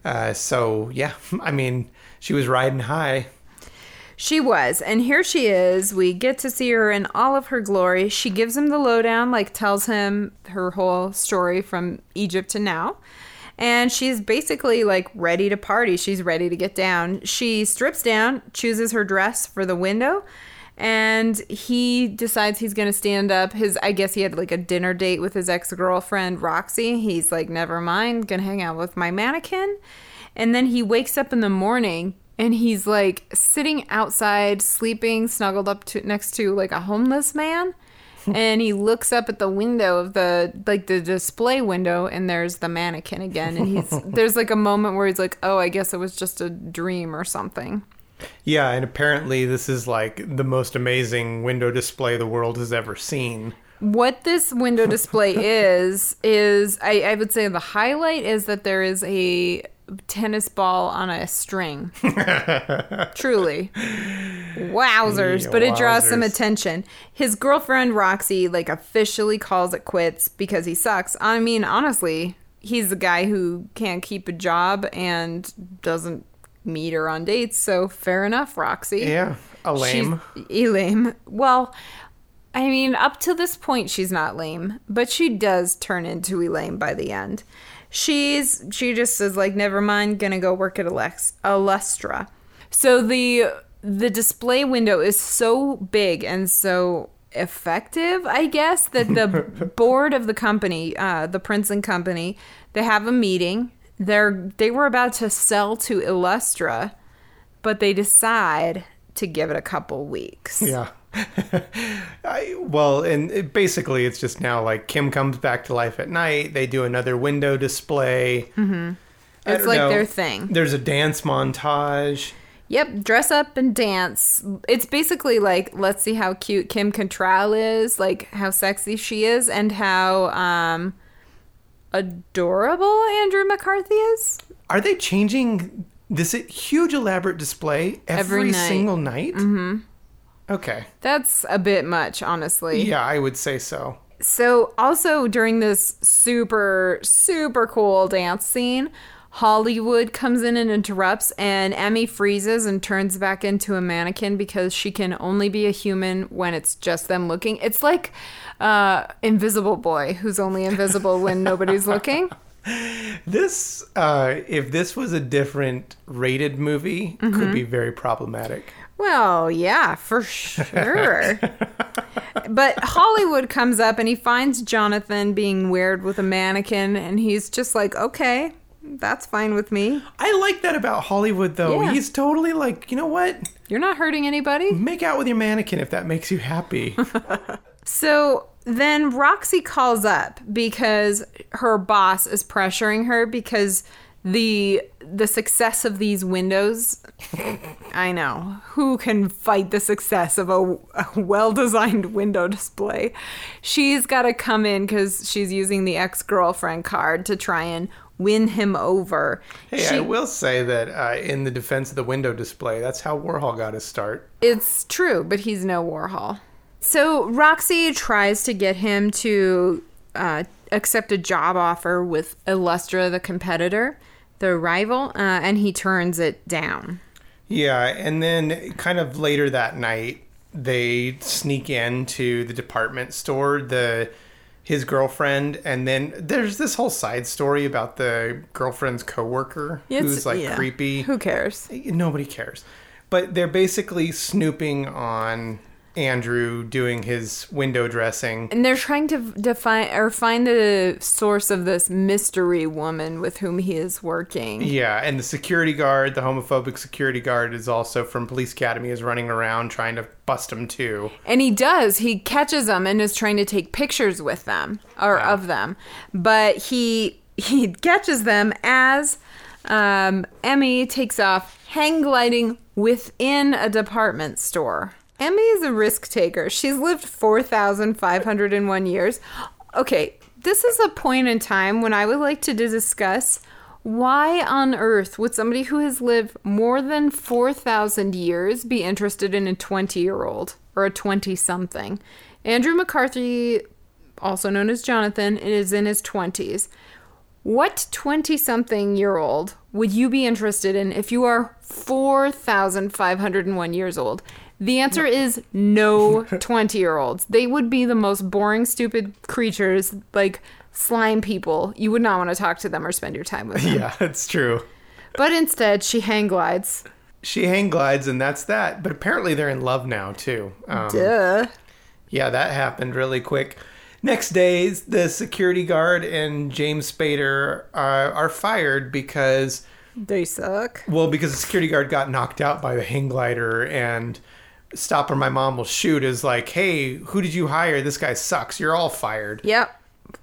Speaker 1: Uh, so, yeah, I mean, she was riding high.
Speaker 2: She was, and here she is. We get to see her in all of her glory. She gives him the lowdown, like tells him her whole story from Egypt to now. And she's basically like ready to party. She's ready to get down. She strips down, chooses her dress for the window, and he decides he's going to stand up. His I guess he had like a dinner date with his ex-girlfriend Roxy. He's like, "Never mind, going to hang out with my mannequin." And then he wakes up in the morning and he's like sitting outside, sleeping, snuggled up to next to like a homeless man. and he looks up at the window of the like the display window and there's the mannequin again and he's there's like a moment where he's like oh i guess it was just a dream or something
Speaker 1: Yeah, and apparently this is like the most amazing window display the world has ever seen.
Speaker 2: what this window display is is I, I would say the highlight is that there is a tennis ball on a string truly wowzers
Speaker 1: Yeah,
Speaker 2: but it draws some
Speaker 1: wowzers.
Speaker 2: attention his girlfriend roxy like officially calls it quits because he sucks i mean honestly he's the guy who can't keep a job and doesn't meet her on dates so fair enough roxy
Speaker 1: Yeah, a lame.
Speaker 2: She's e- lame. Well, I mean, up to this point, she's not lame, but she does turn into Elaine by the end. She's she just is like, never mind, gonna go work at Alex Alestra. So the the display window is so big and so effective, I guess, that the board of the company, uh, the Prince and Company, they have a meeting. They're they were about to sell to Illustra, but they decide to give it a couple weeks.
Speaker 1: Yeah. I, well, and it, basically it's just now like Kim comes back to life at night. They do another window display. Mm-hmm.
Speaker 2: It's like their thing.
Speaker 1: There's a dance montage.
Speaker 2: Yep, dress up and dance. It's basically like let's see how cute Kim Cattrall is, like how sexy she is, and how um, adorable Andrew McCarthy is.
Speaker 1: Are they changing this huge elaborate display every,
Speaker 2: Every night.
Speaker 1: single night? Mm-hmm. Okay.
Speaker 2: That's a bit much, honestly.
Speaker 1: Yeah, I would say so.
Speaker 2: So, also during this super, super cool dance scene, Hollywood comes in and interrupts, and Emmy freezes and turns back into a mannequin because she can only be a human when it's just them looking. It's like uh, Invisible Boy, who's only invisible when nobody's looking.
Speaker 1: This, uh, if this was a different rated movie,
Speaker 2: Mm-hmm.
Speaker 1: could be very problematic.
Speaker 2: Well, yeah, for sure. but Hollywood comes up and he finds Jonathan being weird with a mannequin, and he's just like, okay, that's fine with me.
Speaker 1: I like that about Hollywood, though.
Speaker 2: Yeah.
Speaker 1: He's totally like, you know what?
Speaker 2: You're not hurting anybody.
Speaker 1: Make out with your mannequin if that makes you happy.
Speaker 2: So then Roxy calls up because her boss is pressuring her because the the success of these windows I know who can fight the success of a, a well-designed window display. She's got to come in cuz she's using the ex-girlfriend card to try and win him over.
Speaker 1: hey, I will say that uh, in the defense of the window display, that's how Warhol got his start.
Speaker 2: It's true, but he's no Warhol. So Roxy tries to get him to uh, accept a job offer with Illustra, the competitor, the rival, uh, and he turns it down.
Speaker 1: Yeah, and then kind of later that night, they sneak into the department store, the his girlfriend, and then there's this whole side story about the girlfriend's coworker who's like
Speaker 2: yeah.
Speaker 1: creepy.
Speaker 2: Who cares?
Speaker 1: nobody cares. But they're basically snooping on Andrew doing his window dressing.
Speaker 2: And they're trying to define or find the source of this mystery woman with whom he is working.
Speaker 1: Yeah, and the security guard, the homophobic security guard, is also from Police Academy, is running around trying to bust him too.
Speaker 2: And he does. He catches them and is trying to take pictures with them or of them. But he he catches them as um, Emmy takes off hang gliding within a department store. Emmy is a risk taker. She's lived 4,501 years. Okay, this is a point in time when I would like to discuss why on earth would somebody who has lived more than 4,000 years be interested in a 20 year old or a 20 something? Andrew McCarthy, also known as Jonathan, is in his 20s. What 20 something year old would you be interested in if you are 4,501 years old? The answer is no 20 year olds. They would be the most boring, stupid creatures, like slime people. You would not want to talk to them or spend your time with them.
Speaker 1: Yeah, that's true.
Speaker 2: But instead, she hang glides.
Speaker 1: She hang glides, and that's that. But apparently, they're in love now too. Um,
Speaker 2: Duh.
Speaker 1: Yeah, that happened really quick. Next day, the security guard and James Spader uh, are fired because
Speaker 2: They suck.
Speaker 1: Well, because the security guard got knocked out by the hang glider, and stop or my mom will shoot is like, hey, who did you hire? This guy sucks. You're all fired.
Speaker 2: Yep.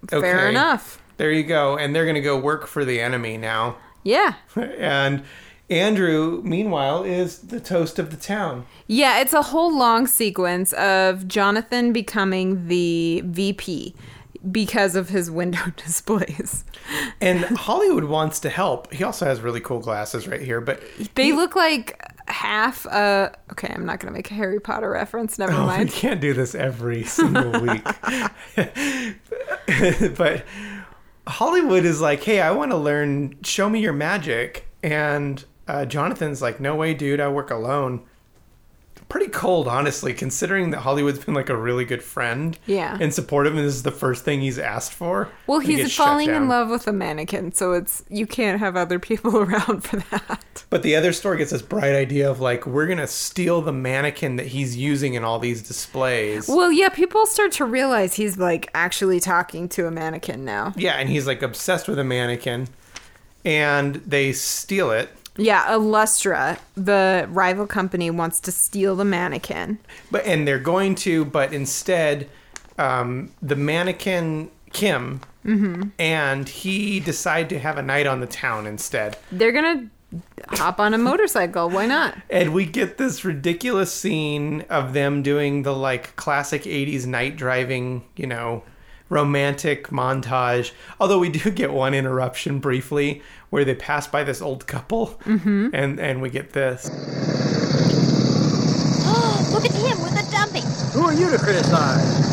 Speaker 2: Fair
Speaker 1: Okay.
Speaker 2: enough.
Speaker 1: There you go. And they're going to go work for the enemy now.
Speaker 2: Yeah.
Speaker 1: and Andrew, meanwhile, is the toast of the town.
Speaker 2: Yeah, it's a whole long sequence of Jonathan becoming the VP because of his window displays.
Speaker 1: And Hollywood wants to help. He also has really cool glasses right here, but
Speaker 2: They look like half uh okay, I'm not gonna make a Harry Potter reference, never
Speaker 1: Oh, we
Speaker 2: mind.
Speaker 1: can't do this every single week. but Hollywood is like, hey, I want to learn, show me your magic. And uh, Jonathan's like, no way, dude, I work alone. Pretty cold, honestly, considering that Hollywood's been like a really good friend.
Speaker 2: Yeah.
Speaker 1: And supportive, and this is the first thing he's asked for.
Speaker 2: Well,
Speaker 1: and he
Speaker 2: he's
Speaker 1: gets shut
Speaker 2: falling in
Speaker 1: down.
Speaker 2: love with a mannequin, so it's you can't have other people around for that.
Speaker 1: But the other store gets this bright idea of like, we're going to steal the mannequin that he's using in all these displays.
Speaker 2: Well, yeah, people start to realize he's like actually talking to a mannequin now.
Speaker 1: Yeah, and he's like obsessed with a mannequin, and they steal it.
Speaker 2: Yeah, Illustra, the rival company, wants to steal the mannequin.
Speaker 1: But and they're going to, but instead, um, the mannequin Kim and he decide to have a night on the town instead.
Speaker 2: They're gonna hop on a motorcycle. Why not?
Speaker 1: And we get this ridiculous scene of them doing the like classic 80s night driving, you know, romantic montage. Although we do get one interruption briefly where they pass by this old couple and and we get this.
Speaker 5: Oh, look at him with the dumpy.
Speaker 6: Who are you to criticize?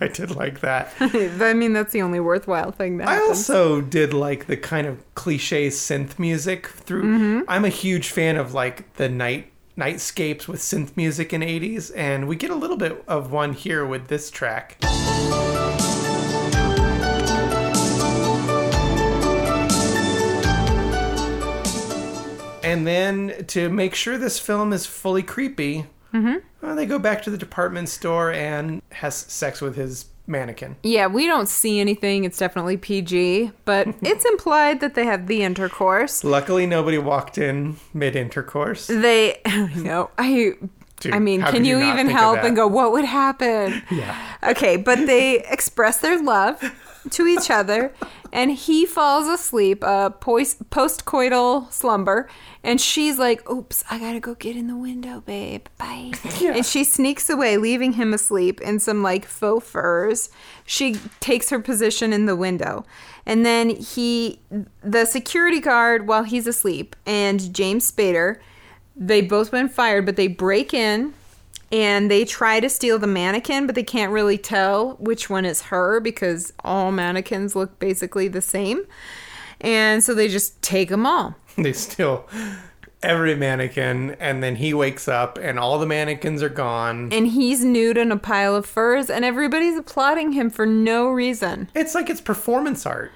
Speaker 1: I did like that.
Speaker 2: I mean, that's the only worthwhile thing that
Speaker 1: I
Speaker 2: happens.
Speaker 1: also did like the kind of cliche synth music through. I'm a huge fan of like the night nightscapes with synth music in 80s, and we get a little bit of one here with this track. And then to make sure this film is fully creepy, well, they go back to the department store and has sex with his mannequin.
Speaker 2: yeah, we don't see anything. It's definitely PG, but it's implied that they have the intercourse.
Speaker 1: Luckily, nobody walked in mid intercourse.
Speaker 2: They, no, I.
Speaker 1: Dude,
Speaker 2: I mean,
Speaker 1: how
Speaker 2: can
Speaker 1: could
Speaker 2: you,
Speaker 1: you not
Speaker 2: even
Speaker 1: think of
Speaker 2: help
Speaker 1: that?
Speaker 2: and go, what would happen?
Speaker 1: Yeah.
Speaker 2: Okay, but they express their love to each other, and he falls asleep, a post coital slumber, and she's like, "Oops, I gotta go get in the window, babe. Bye." And she sneaks away, leaving him asleep in some like faux furs. She takes her position in the window, and then he, the security guard, while he's asleep, and James Spader, they both been fired, but they break in and they try to steal the mannequin, but they can't really tell which one is her because all mannequins look basically the same. And so they just take them all.
Speaker 1: They steal every mannequin, and then he wakes up, and all the mannequins are gone.
Speaker 2: And he's nude in a pile of furs, and everybody's applauding him for no reason.
Speaker 1: It's like it's performance art.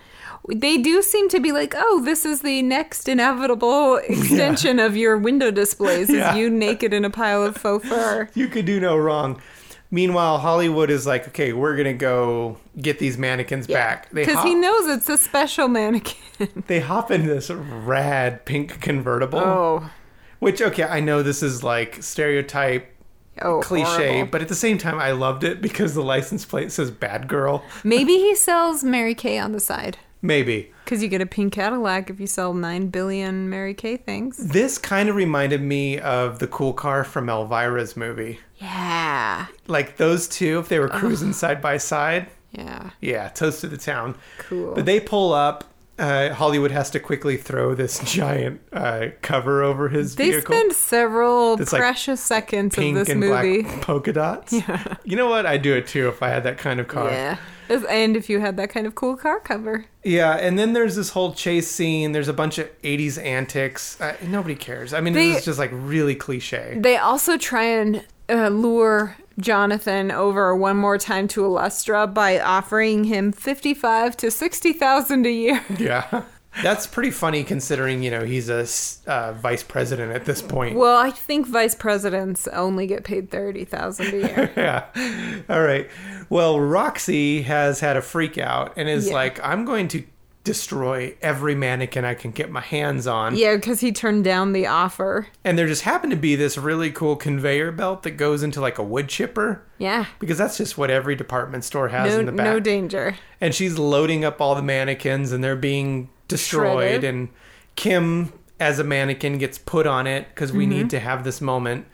Speaker 2: They do seem to be like, oh, this is the next inevitable extension of your window displays is
Speaker 1: Yeah.
Speaker 2: you naked in a pile of faux fur.
Speaker 1: You could do no wrong. Meanwhile, Hollywood is like, okay, we're gonna go get these mannequins back. They
Speaker 2: Because
Speaker 1: hop,
Speaker 2: he knows it's a special mannequin.
Speaker 1: they hop in this rad pink convertible.
Speaker 2: oh,
Speaker 1: Which okay, I know this is like stereotype
Speaker 2: oh,
Speaker 1: cliche,
Speaker 2: horrible.
Speaker 1: but at the same time, I loved it because the license plate says "bad girl."
Speaker 2: Maybe he sells Mary Kay on the side.
Speaker 1: Maybe
Speaker 2: Because you get a pink Cadillac if you sell 9 billion Mary Kay things.
Speaker 1: This kind of reminded me of the cool car from Elvira's movie.
Speaker 2: Yeah.
Speaker 1: Like those two, if they were cruising side by side,
Speaker 2: Yeah.
Speaker 1: yeah, toast to the town.
Speaker 2: Cool.
Speaker 1: But they pull up. Uh, Hollywood has to quickly throw this giant uh, cover over his
Speaker 2: They
Speaker 1: vehicle.
Speaker 2: spend several
Speaker 1: It's like
Speaker 2: precious seconds of
Speaker 1: pink
Speaker 2: this
Speaker 1: and
Speaker 2: movie.
Speaker 1: black polka dots. Yeah. You know what? I'd do it too if I had that kind of car.
Speaker 2: Yeah. As- And if you had that kind of cool car cover.
Speaker 1: Yeah, and then there's this whole chase scene. There's a bunch of 80s antics. Uh, nobody cares. I mean,
Speaker 2: They-
Speaker 1: this is just like really cliche.
Speaker 2: They also try and uh, lure Jonathan over one more time to Illustra by offering him 55 to 60,000 a year.
Speaker 1: Yeah. That's pretty funny considering, you know, he's a s- uh, vice president at this point.
Speaker 2: Well, I think vice presidents only get paid 30,000 a year.
Speaker 1: yeah. All right. Well, Roxy has had a freak out and is
Speaker 2: Yeah.
Speaker 1: like, I'm going to destroy every mannequin I can get my hands on.
Speaker 2: Yeah, because he turned down the offer.
Speaker 1: And there just happened to be this really cool conveyor belt that goes into like a wood chipper.
Speaker 2: Yeah.
Speaker 1: Because that's just what every department store has
Speaker 2: No,
Speaker 1: in the back.
Speaker 2: no danger.
Speaker 1: and she's loading up all the mannequins and they're being destroyed
Speaker 2: Shredded.
Speaker 1: and kim as a mannequin gets put on it because we need to have this moment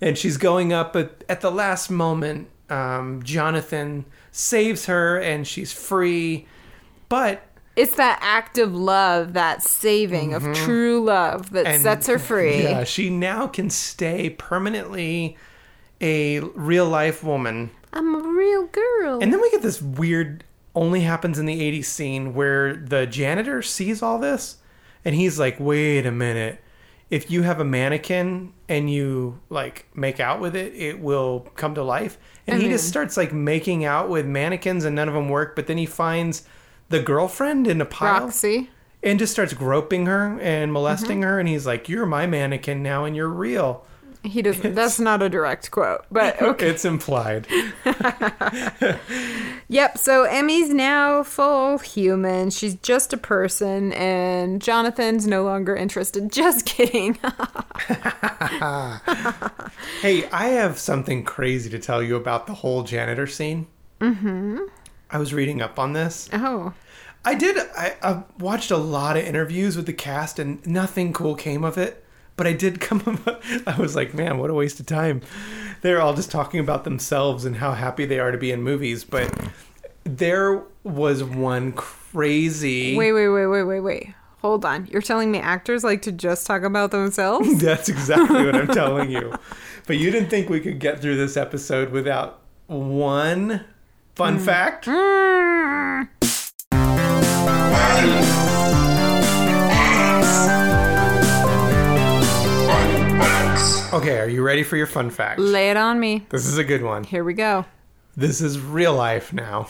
Speaker 1: and she's going up at, at the last moment um, jonathan saves her and she's free but
Speaker 2: It's that act of love, that saving of true love that
Speaker 1: Mm-hmm. and-
Speaker 2: sets her free.
Speaker 1: yeah she now can stay permanently a real life woman
Speaker 2: I'm a real girl.
Speaker 1: And then we get this weird only happens in the 80s scene where the janitor sees all this and he's like, "Wait a minute. If you have a mannequin and you like make out with it, it will come to life." And he
Speaker 2: Uh-huh.
Speaker 1: just starts like making out with mannequins and none of them work, but then he finds the girlfriend in a pile
Speaker 2: Roxy.
Speaker 1: and just starts groping her and molesting her and he's like, "You're my mannequin now and you're real."
Speaker 2: He doesn't. That's not a direct quote, but okay.
Speaker 1: It's implied.
Speaker 2: yep. So Emmy's now full human. She's just a person, and Jonathan's no longer interested. Just kidding.
Speaker 1: Hey, I have something crazy to tell you about the whole janitor scene. Mm-hmm. I was reading up on this.
Speaker 2: oh,
Speaker 1: I did. I, I watched a lot of interviews with the cast, and nothing cool came of it. But I did come. Up, I was like, man, what a waste of time. They're all just talking about themselves and how happy they are to be in movies. But there was one crazy.
Speaker 2: wait, wait, wait, wait, wait, wait. Hold on. You're telling me actors like to just talk about themselves?
Speaker 1: That's exactly what I'm telling you. But you didn't think we could get through this episode without one fun fact.
Speaker 2: Mm.
Speaker 1: Okay, are you ready for your fun fact?
Speaker 2: Lay it on me.
Speaker 1: This is a good one.
Speaker 2: Here we go.
Speaker 1: This is real life now.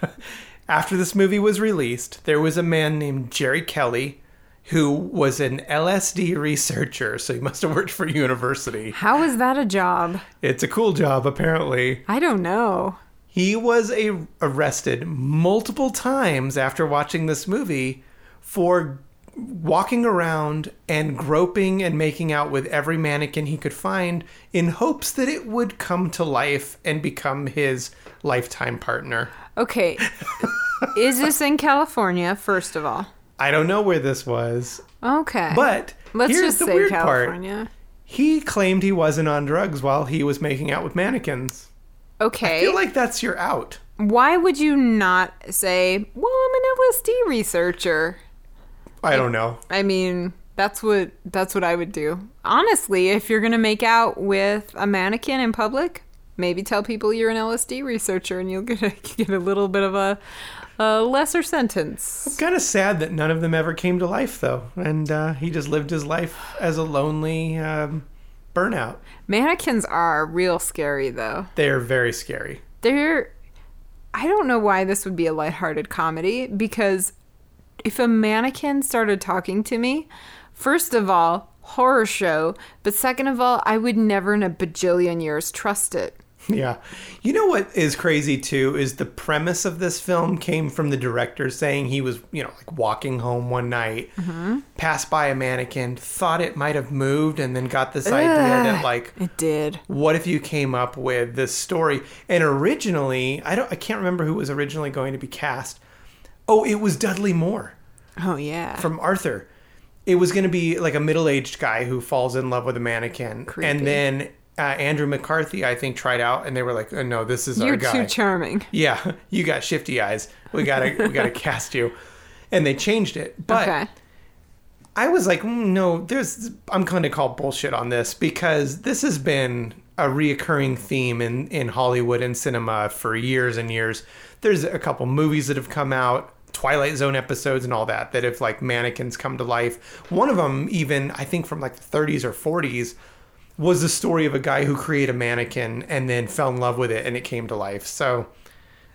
Speaker 1: After this movie was released, there was a man named Jerry Kelly who was an LSD researcher, so he must have worked for a university.
Speaker 2: How is that a job?
Speaker 1: It's a cool job, apparently.
Speaker 2: I don't know.
Speaker 1: He was a- arrested multiple times after watching this movie for walking around and groping and making out with every mannequin he could find in hopes that it would come to life and become his lifetime partner.
Speaker 2: Okay. Is this in California, first of all?
Speaker 1: I don't know where this was,
Speaker 2: Okay.
Speaker 1: but
Speaker 2: let's
Speaker 1: here's
Speaker 2: just
Speaker 1: the
Speaker 2: say
Speaker 1: weird part.
Speaker 2: California.
Speaker 1: He claimed he wasn't on drugs while he was making out with mannequins. I
Speaker 2: Okay.
Speaker 1: feel like that's your out.
Speaker 2: Why would you not say, well, I'm an LSD researcher?
Speaker 1: I don't know.
Speaker 2: I mean, that's what that's what I would do. Honestly, if you're going to make out with a mannequin in public, maybe tell people you're an LSD researcher and you'll get a, get a little bit of a, a lesser sentence.
Speaker 1: kind of sad that none of them ever came to life though and uh, he just lived his life as a lonely um, burnout
Speaker 2: Mannequins are real scary though.
Speaker 1: they're very scary
Speaker 2: there I don't know why this would be a lighthearted comedy because if a mannequin started talking to me, first of all, horror show, but second of all, I would never in a bajillion years trust it.
Speaker 1: yeah you know what is crazy too is the premise of this film came from the director saying he was you know like walking home one night
Speaker 2: Mm-hmm.
Speaker 1: passed by a mannequin thought it might have moved and then got this idea that like
Speaker 2: It did.
Speaker 1: what if you came up with this story and originally i don't i can't remember who was originally going to be cast oh it was dudley moore
Speaker 2: Oh yeah.
Speaker 1: from Arthur. It was going to be like a middle-aged guy who falls in love with a mannequin, and then uh, Andrew McCarthy, I think, tried out, and they were like, oh, "No, this is our
Speaker 2: You're
Speaker 1: guy."
Speaker 2: too charming.
Speaker 1: yeah, you got shifty eyes. We gotta, we gotta cast you, and they changed it. But
Speaker 2: okay.
Speaker 1: I was like, "Mm, "No, there's," I'm going to call bullshit on this because this has been a reoccurring theme in in Hollywood and cinema for years and years. There's a couple movies that have come out. Twilight Zone episodes and all that that have like mannequins come to life. One of them, even I think from like the 30s or 40s, was the story of a guy who created a mannequin and then fell in love with it and it came to life. So,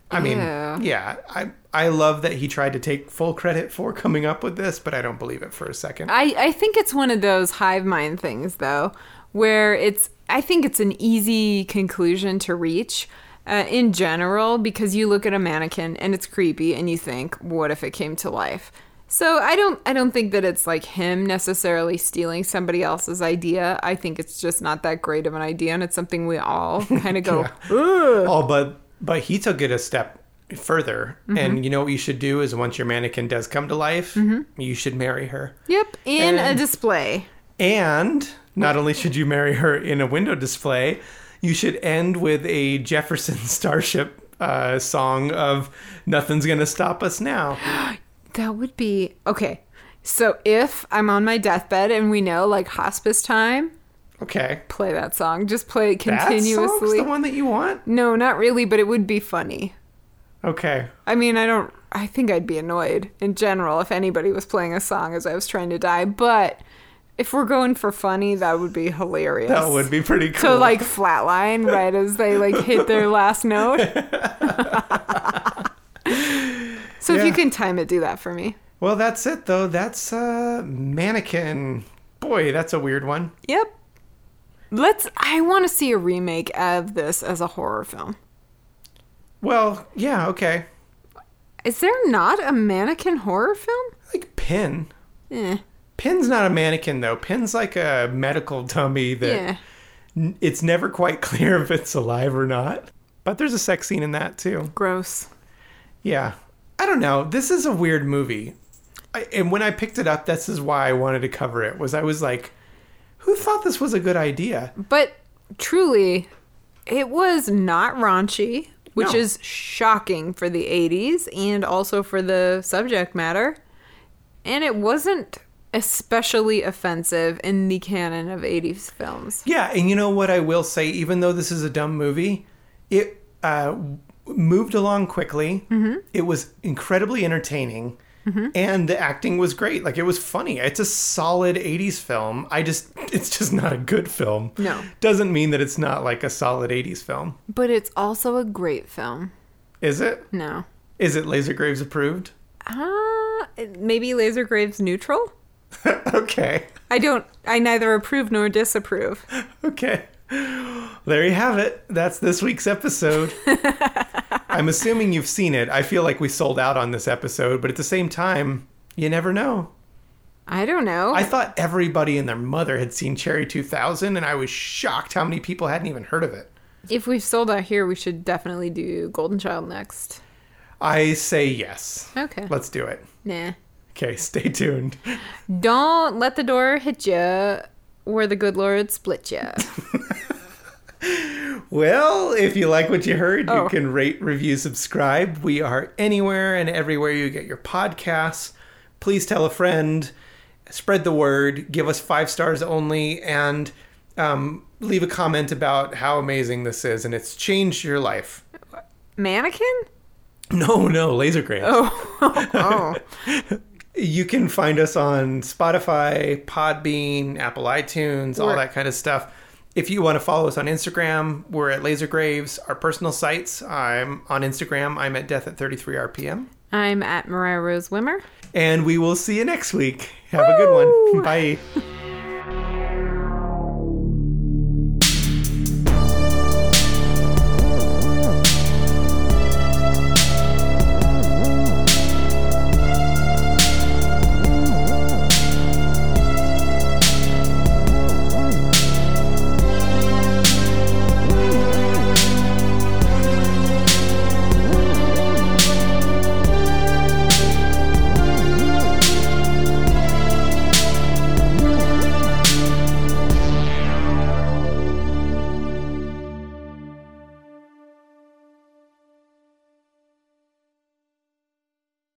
Speaker 1: I mean,
Speaker 2: Ew.
Speaker 1: yeah, I I love that he tried to take full credit for coming up with this, but I don't believe it for a second.
Speaker 2: I, I think it's one of those hive mind things though, where it's I think it's an easy conclusion to reach. uh, in general because you look at a mannequin and it's creepy and you think, what if it came to life? So I don't I don't think that it's like him necessarily stealing somebody else's idea. I think it's just not that great of an idea and it's something we all kind of go,
Speaker 1: Oh, but but he took it a step further.
Speaker 2: Mm-hmm.
Speaker 1: And you know what you should do is once your mannequin does come to life,
Speaker 2: Mm-hmm.
Speaker 1: you should marry her.
Speaker 2: "Yep, in
Speaker 1: And-
Speaker 2: a display."
Speaker 1: And not only should you marry her in a window display, you should end with a Jefferson Starship uh, song of "Nothing's Gonna Stop Us Now."
Speaker 2: That would be okay. So if I'm on my deathbed and we know like hospice time,
Speaker 1: Okay,
Speaker 2: play that song. Just play it
Speaker 1: that song's
Speaker 2: continuously.
Speaker 1: the one that you want.
Speaker 2: No, not really, but it would be funny.
Speaker 1: Okay,
Speaker 2: I mean, I don't. I think I'd be annoyed in general if anybody was playing a song as I was trying to die. But if we're going for funny, that would be hilarious.
Speaker 1: that would be pretty cool.
Speaker 2: So like flatline right as they like hit their last note. so if
Speaker 1: Yeah.
Speaker 2: you can time it, do that for me.
Speaker 1: well, that's it though. That's uh, mannequin. Boy, that's a weird one.
Speaker 2: Yep. Let's. I want to see a remake of this as a horror film.
Speaker 1: Well, yeah, okay.
Speaker 2: Is there not a mannequin horror film?
Speaker 1: Like pin.
Speaker 2: Eh.
Speaker 1: Pin's not a mannequin though. Pin's like a medical dummy that
Speaker 2: Yeah.
Speaker 1: n- it's never quite clear if it's alive or not. But there's a sex scene in that too.
Speaker 2: Gross.
Speaker 1: Yeah. I don't know. This is a weird movie. I, and when I picked it up, this is why I wanted to cover it. Was I was like, who thought this was a good idea?
Speaker 2: But truly, it was not raunchy, which
Speaker 1: No.
Speaker 2: is shocking for the 80s and also for the subject matter. And it wasn't especially offensive in the canon of 80s films.
Speaker 1: Yeah, and you know what I will say, even though this is a dumb movie, it uh, moved along quickly. It was incredibly entertaining, and the acting was great. Like it was funny. It's a solid '80s film. I just, it's just not a good film.
Speaker 2: No.
Speaker 1: doesn't mean that it's not like a solid '80s film.
Speaker 2: But it's also a great film.
Speaker 1: Is it?
Speaker 2: No.
Speaker 1: Is it Laser Graves approved?
Speaker 2: Ah, maybe Laser Graves neutral?
Speaker 1: okay,
Speaker 2: I don't, I neither approve nor disapprove.
Speaker 1: okay. There you have it. That's this week's episode. I'm assuming you've seen it. I feel like we sold out on this episode, but at the same time, you never know.
Speaker 2: I don't know.
Speaker 1: I thought everybody and their mother had seen Cherry 2000, and I was shocked how many people hadn't even heard of it.
Speaker 2: if we've sold out here, we should definitely do Golden Child next.
Speaker 1: I say yes.
Speaker 2: Okay.
Speaker 1: Let's do it.
Speaker 2: Nah.
Speaker 1: Okay, stay tuned.
Speaker 2: Don't let the door hit you where the good Lord split you.
Speaker 1: Well, if you like what you heard, you
Speaker 2: Oh.
Speaker 1: can rate, review, subscribe. We are anywhere and everywhere you get your podcasts. Please tell a friend, spread the word, give us five stars only, and um, leave a comment about how amazing this is and it's changed your life.
Speaker 2: Mannequin?
Speaker 1: No, no, laser grams.
Speaker 2: Oh.
Speaker 1: You can find us on Spotify, Podbean, Apple iTunes, all that kind of stuff. If you want to follow us on Instagram, we're at Laser Graves. Our personal sites, I'm on Instagram. I'm at Death at 33 RPM.
Speaker 2: I'm at Mariah Rose Wimmer.
Speaker 1: And we will see you next week. Have a good one. Bye.